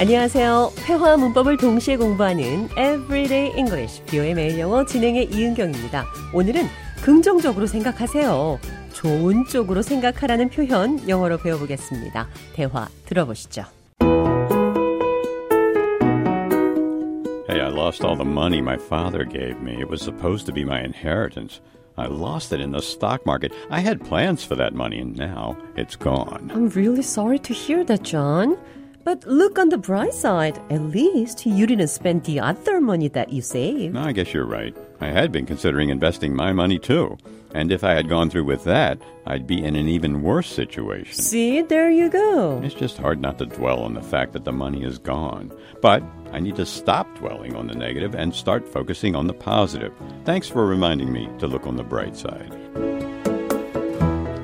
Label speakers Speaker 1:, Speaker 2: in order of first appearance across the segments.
Speaker 1: 안녕하세요. 회화 문법을 동시에 공부하는 Everyday English, 뷰의 매일 영어 진행의 이은경입니다. 오늘은 긍정적으로 생각하세요. 좋은 쪽으로 생각하라는 표현 영어로 배워보겠습니다. 대화 들어보시죠.
Speaker 2: Hey, I lost all the money my father gave me. It was supposed to be my inheritance. I lost it in the stock market. I had plans for that money, and now it's gone.
Speaker 1: I'm really sorry to hear that, John. But look on the bright side. At least you didn't spend the other money that you saved.
Speaker 2: No, I guess you're right. I had been considering investing my money too. And if I had gone through with that, I'd be in an even worse situation.
Speaker 1: See, there you go.
Speaker 2: It's just hard not to dwell on the fact that the money is gone. But I need to stop dwelling on the negative and start focusing on the positive. Thanks for reminding me to look on the bright side.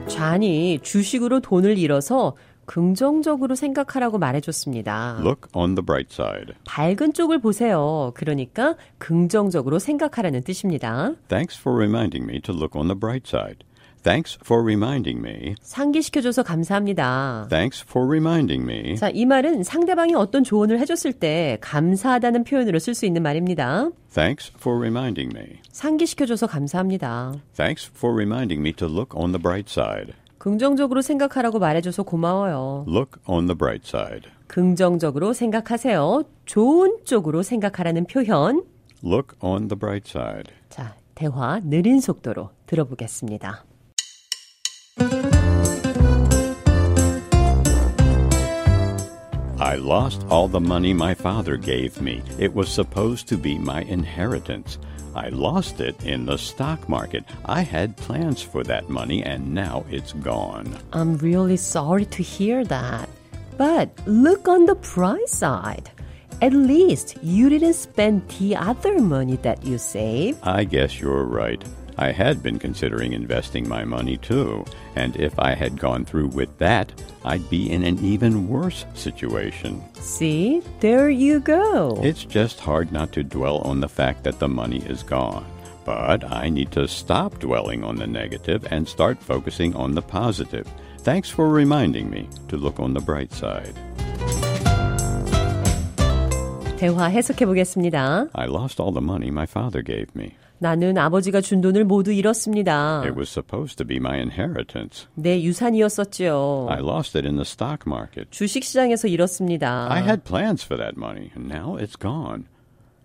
Speaker 1: 잔이 주식으로 돈을 잃어서 긍정적으로 생각하라고 말해줬습니다.
Speaker 2: Look on the bright side.
Speaker 1: 밝은 쪽을 보세요. 그러니까 긍정적으로 생각하라는 뜻입니다.
Speaker 2: Thanks for reminding me to look on the bright side. Thanks for reminding me.
Speaker 1: 상기시켜줘서 감사합니다.
Speaker 2: Thanks for reminding me.
Speaker 1: 자, 이 말은 상대방이 어떤 조언을 해줬을 때 감사하다는 표현으로 쓸 수 있는 말입니다.
Speaker 2: Thanks for reminding me.
Speaker 1: 상기시켜줘서 감사합니다.
Speaker 2: Thanks for reminding me to look on the bright side.
Speaker 1: 긍정적으로 생각하라고 말해줘서 고마워요.
Speaker 2: Look on the bright side.
Speaker 1: 긍정적으로 생각하세요. 좋은 쪽으로 생각하라는 표현.
Speaker 2: Look on the bright side.
Speaker 1: 자, 대화 느린 속도로 들어보겠습니다.
Speaker 2: I lost all the money my father gave me. It was supposed to be my inheritance. I lost it in the stock market. I had plans for that money and now it's gone.
Speaker 1: I'm really sorry to hear that. But look on the bright side. At least you didn't spend the other money that you saved.
Speaker 2: I guess you're right. I had been considering investing my money too, and if I had gone through with that, I'd be in an even worse situation.
Speaker 1: See, there you go.
Speaker 2: It's just hard not to dwell on the fact that the money is gone. But I need to stop dwelling on the negative and start focusing on the positive. Thanks for reminding me to look on the bright side.
Speaker 1: 대화 해석해 보겠습니다.
Speaker 2: I lost all the money my father gave me.
Speaker 1: 나는 아버지가 준 돈을 모두 잃었습니다.
Speaker 2: It was supposed to be my inheritance.
Speaker 1: 내 유산이었었지요.
Speaker 2: I lost it in the stock market.
Speaker 1: 주식시장에서 잃었습니다.
Speaker 2: I had plans for that money, and now it's gone.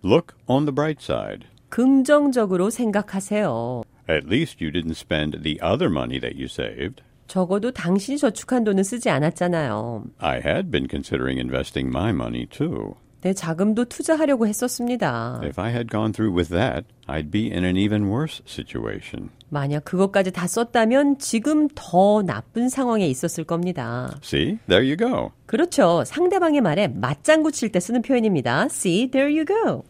Speaker 2: Look on the bright side.
Speaker 1: 긍정적으로 생각하세요.
Speaker 2: At least you didn't spend the other money that you saved.
Speaker 1: 적어도 당신이 저축한 돈은 쓰지 않았잖아요.
Speaker 2: I had been considering investing my money too.
Speaker 1: 내 자금도 투자하려고 했었습니다.
Speaker 2: If I had gone through with that, I'd be in an even worse situation.
Speaker 1: 만약 그것까지 다 썼다면 지금 더 나쁜 상황에 있었을 겁니다.
Speaker 2: See, there you go.
Speaker 1: 그렇죠. 상대방의 말에 맞장구 칠 때 쓰는 표현입니다. See, there you go.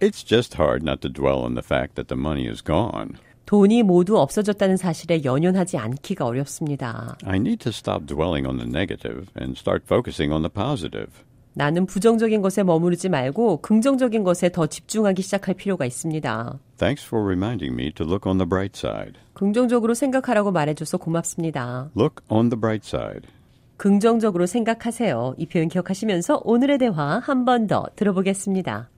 Speaker 2: It's just hard not to dwell on the fact that the money is gone.
Speaker 1: 돈이 모두 없어졌다는 사실에 연연하지 않기가 어렵습니다.
Speaker 2: I need to stop dwelling on the negative and start focusing on the positive.
Speaker 1: 나는 부정적인 것에 머무르지 말고 긍정적인 것에 더 집중하기 시작할 필요가 있습니다.
Speaker 2: Thanks for reminding me to look on the bright side.
Speaker 1: 긍정적으로 생각하라고 말해줘서 고맙습니다.
Speaker 2: Look on the bright side.
Speaker 1: 긍정적으로 생각하세요. 이 표현 기억하시면서 오늘의 대화 한 번 더 들어보겠습니다.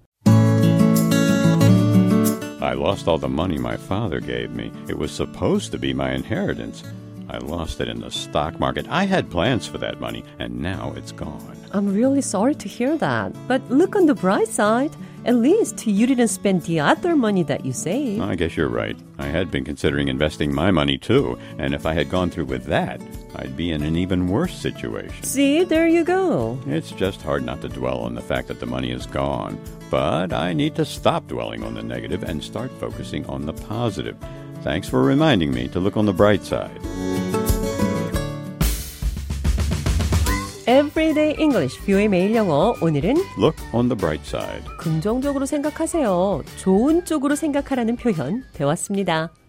Speaker 2: I lost all the money my father gave me. It was supposed to be my inheritance. I lost it in the stock market. I had plans for that money, and now it's gone.
Speaker 1: I'm really sorry to hear that. But look on the bright side. At least you didn't spend the other money that you saved.
Speaker 2: I guess you're right. I had been considering investing my money too, and if I had gone through with that, I'd be in an even worse situation.
Speaker 1: See, there you go.
Speaker 2: It's just hard not to dwell on the fact that the money is gone. But I need to stop dwelling on the negative and start focusing on the positive. Thanks for reminding me to look on the bright side.
Speaker 1: Everyday English, 뷰의 매일 영어. 오늘은
Speaker 2: Look on the bright side.
Speaker 1: 긍정적으로 생각하세요. 좋은 쪽으로 생각하라는 표현 배웠습니다.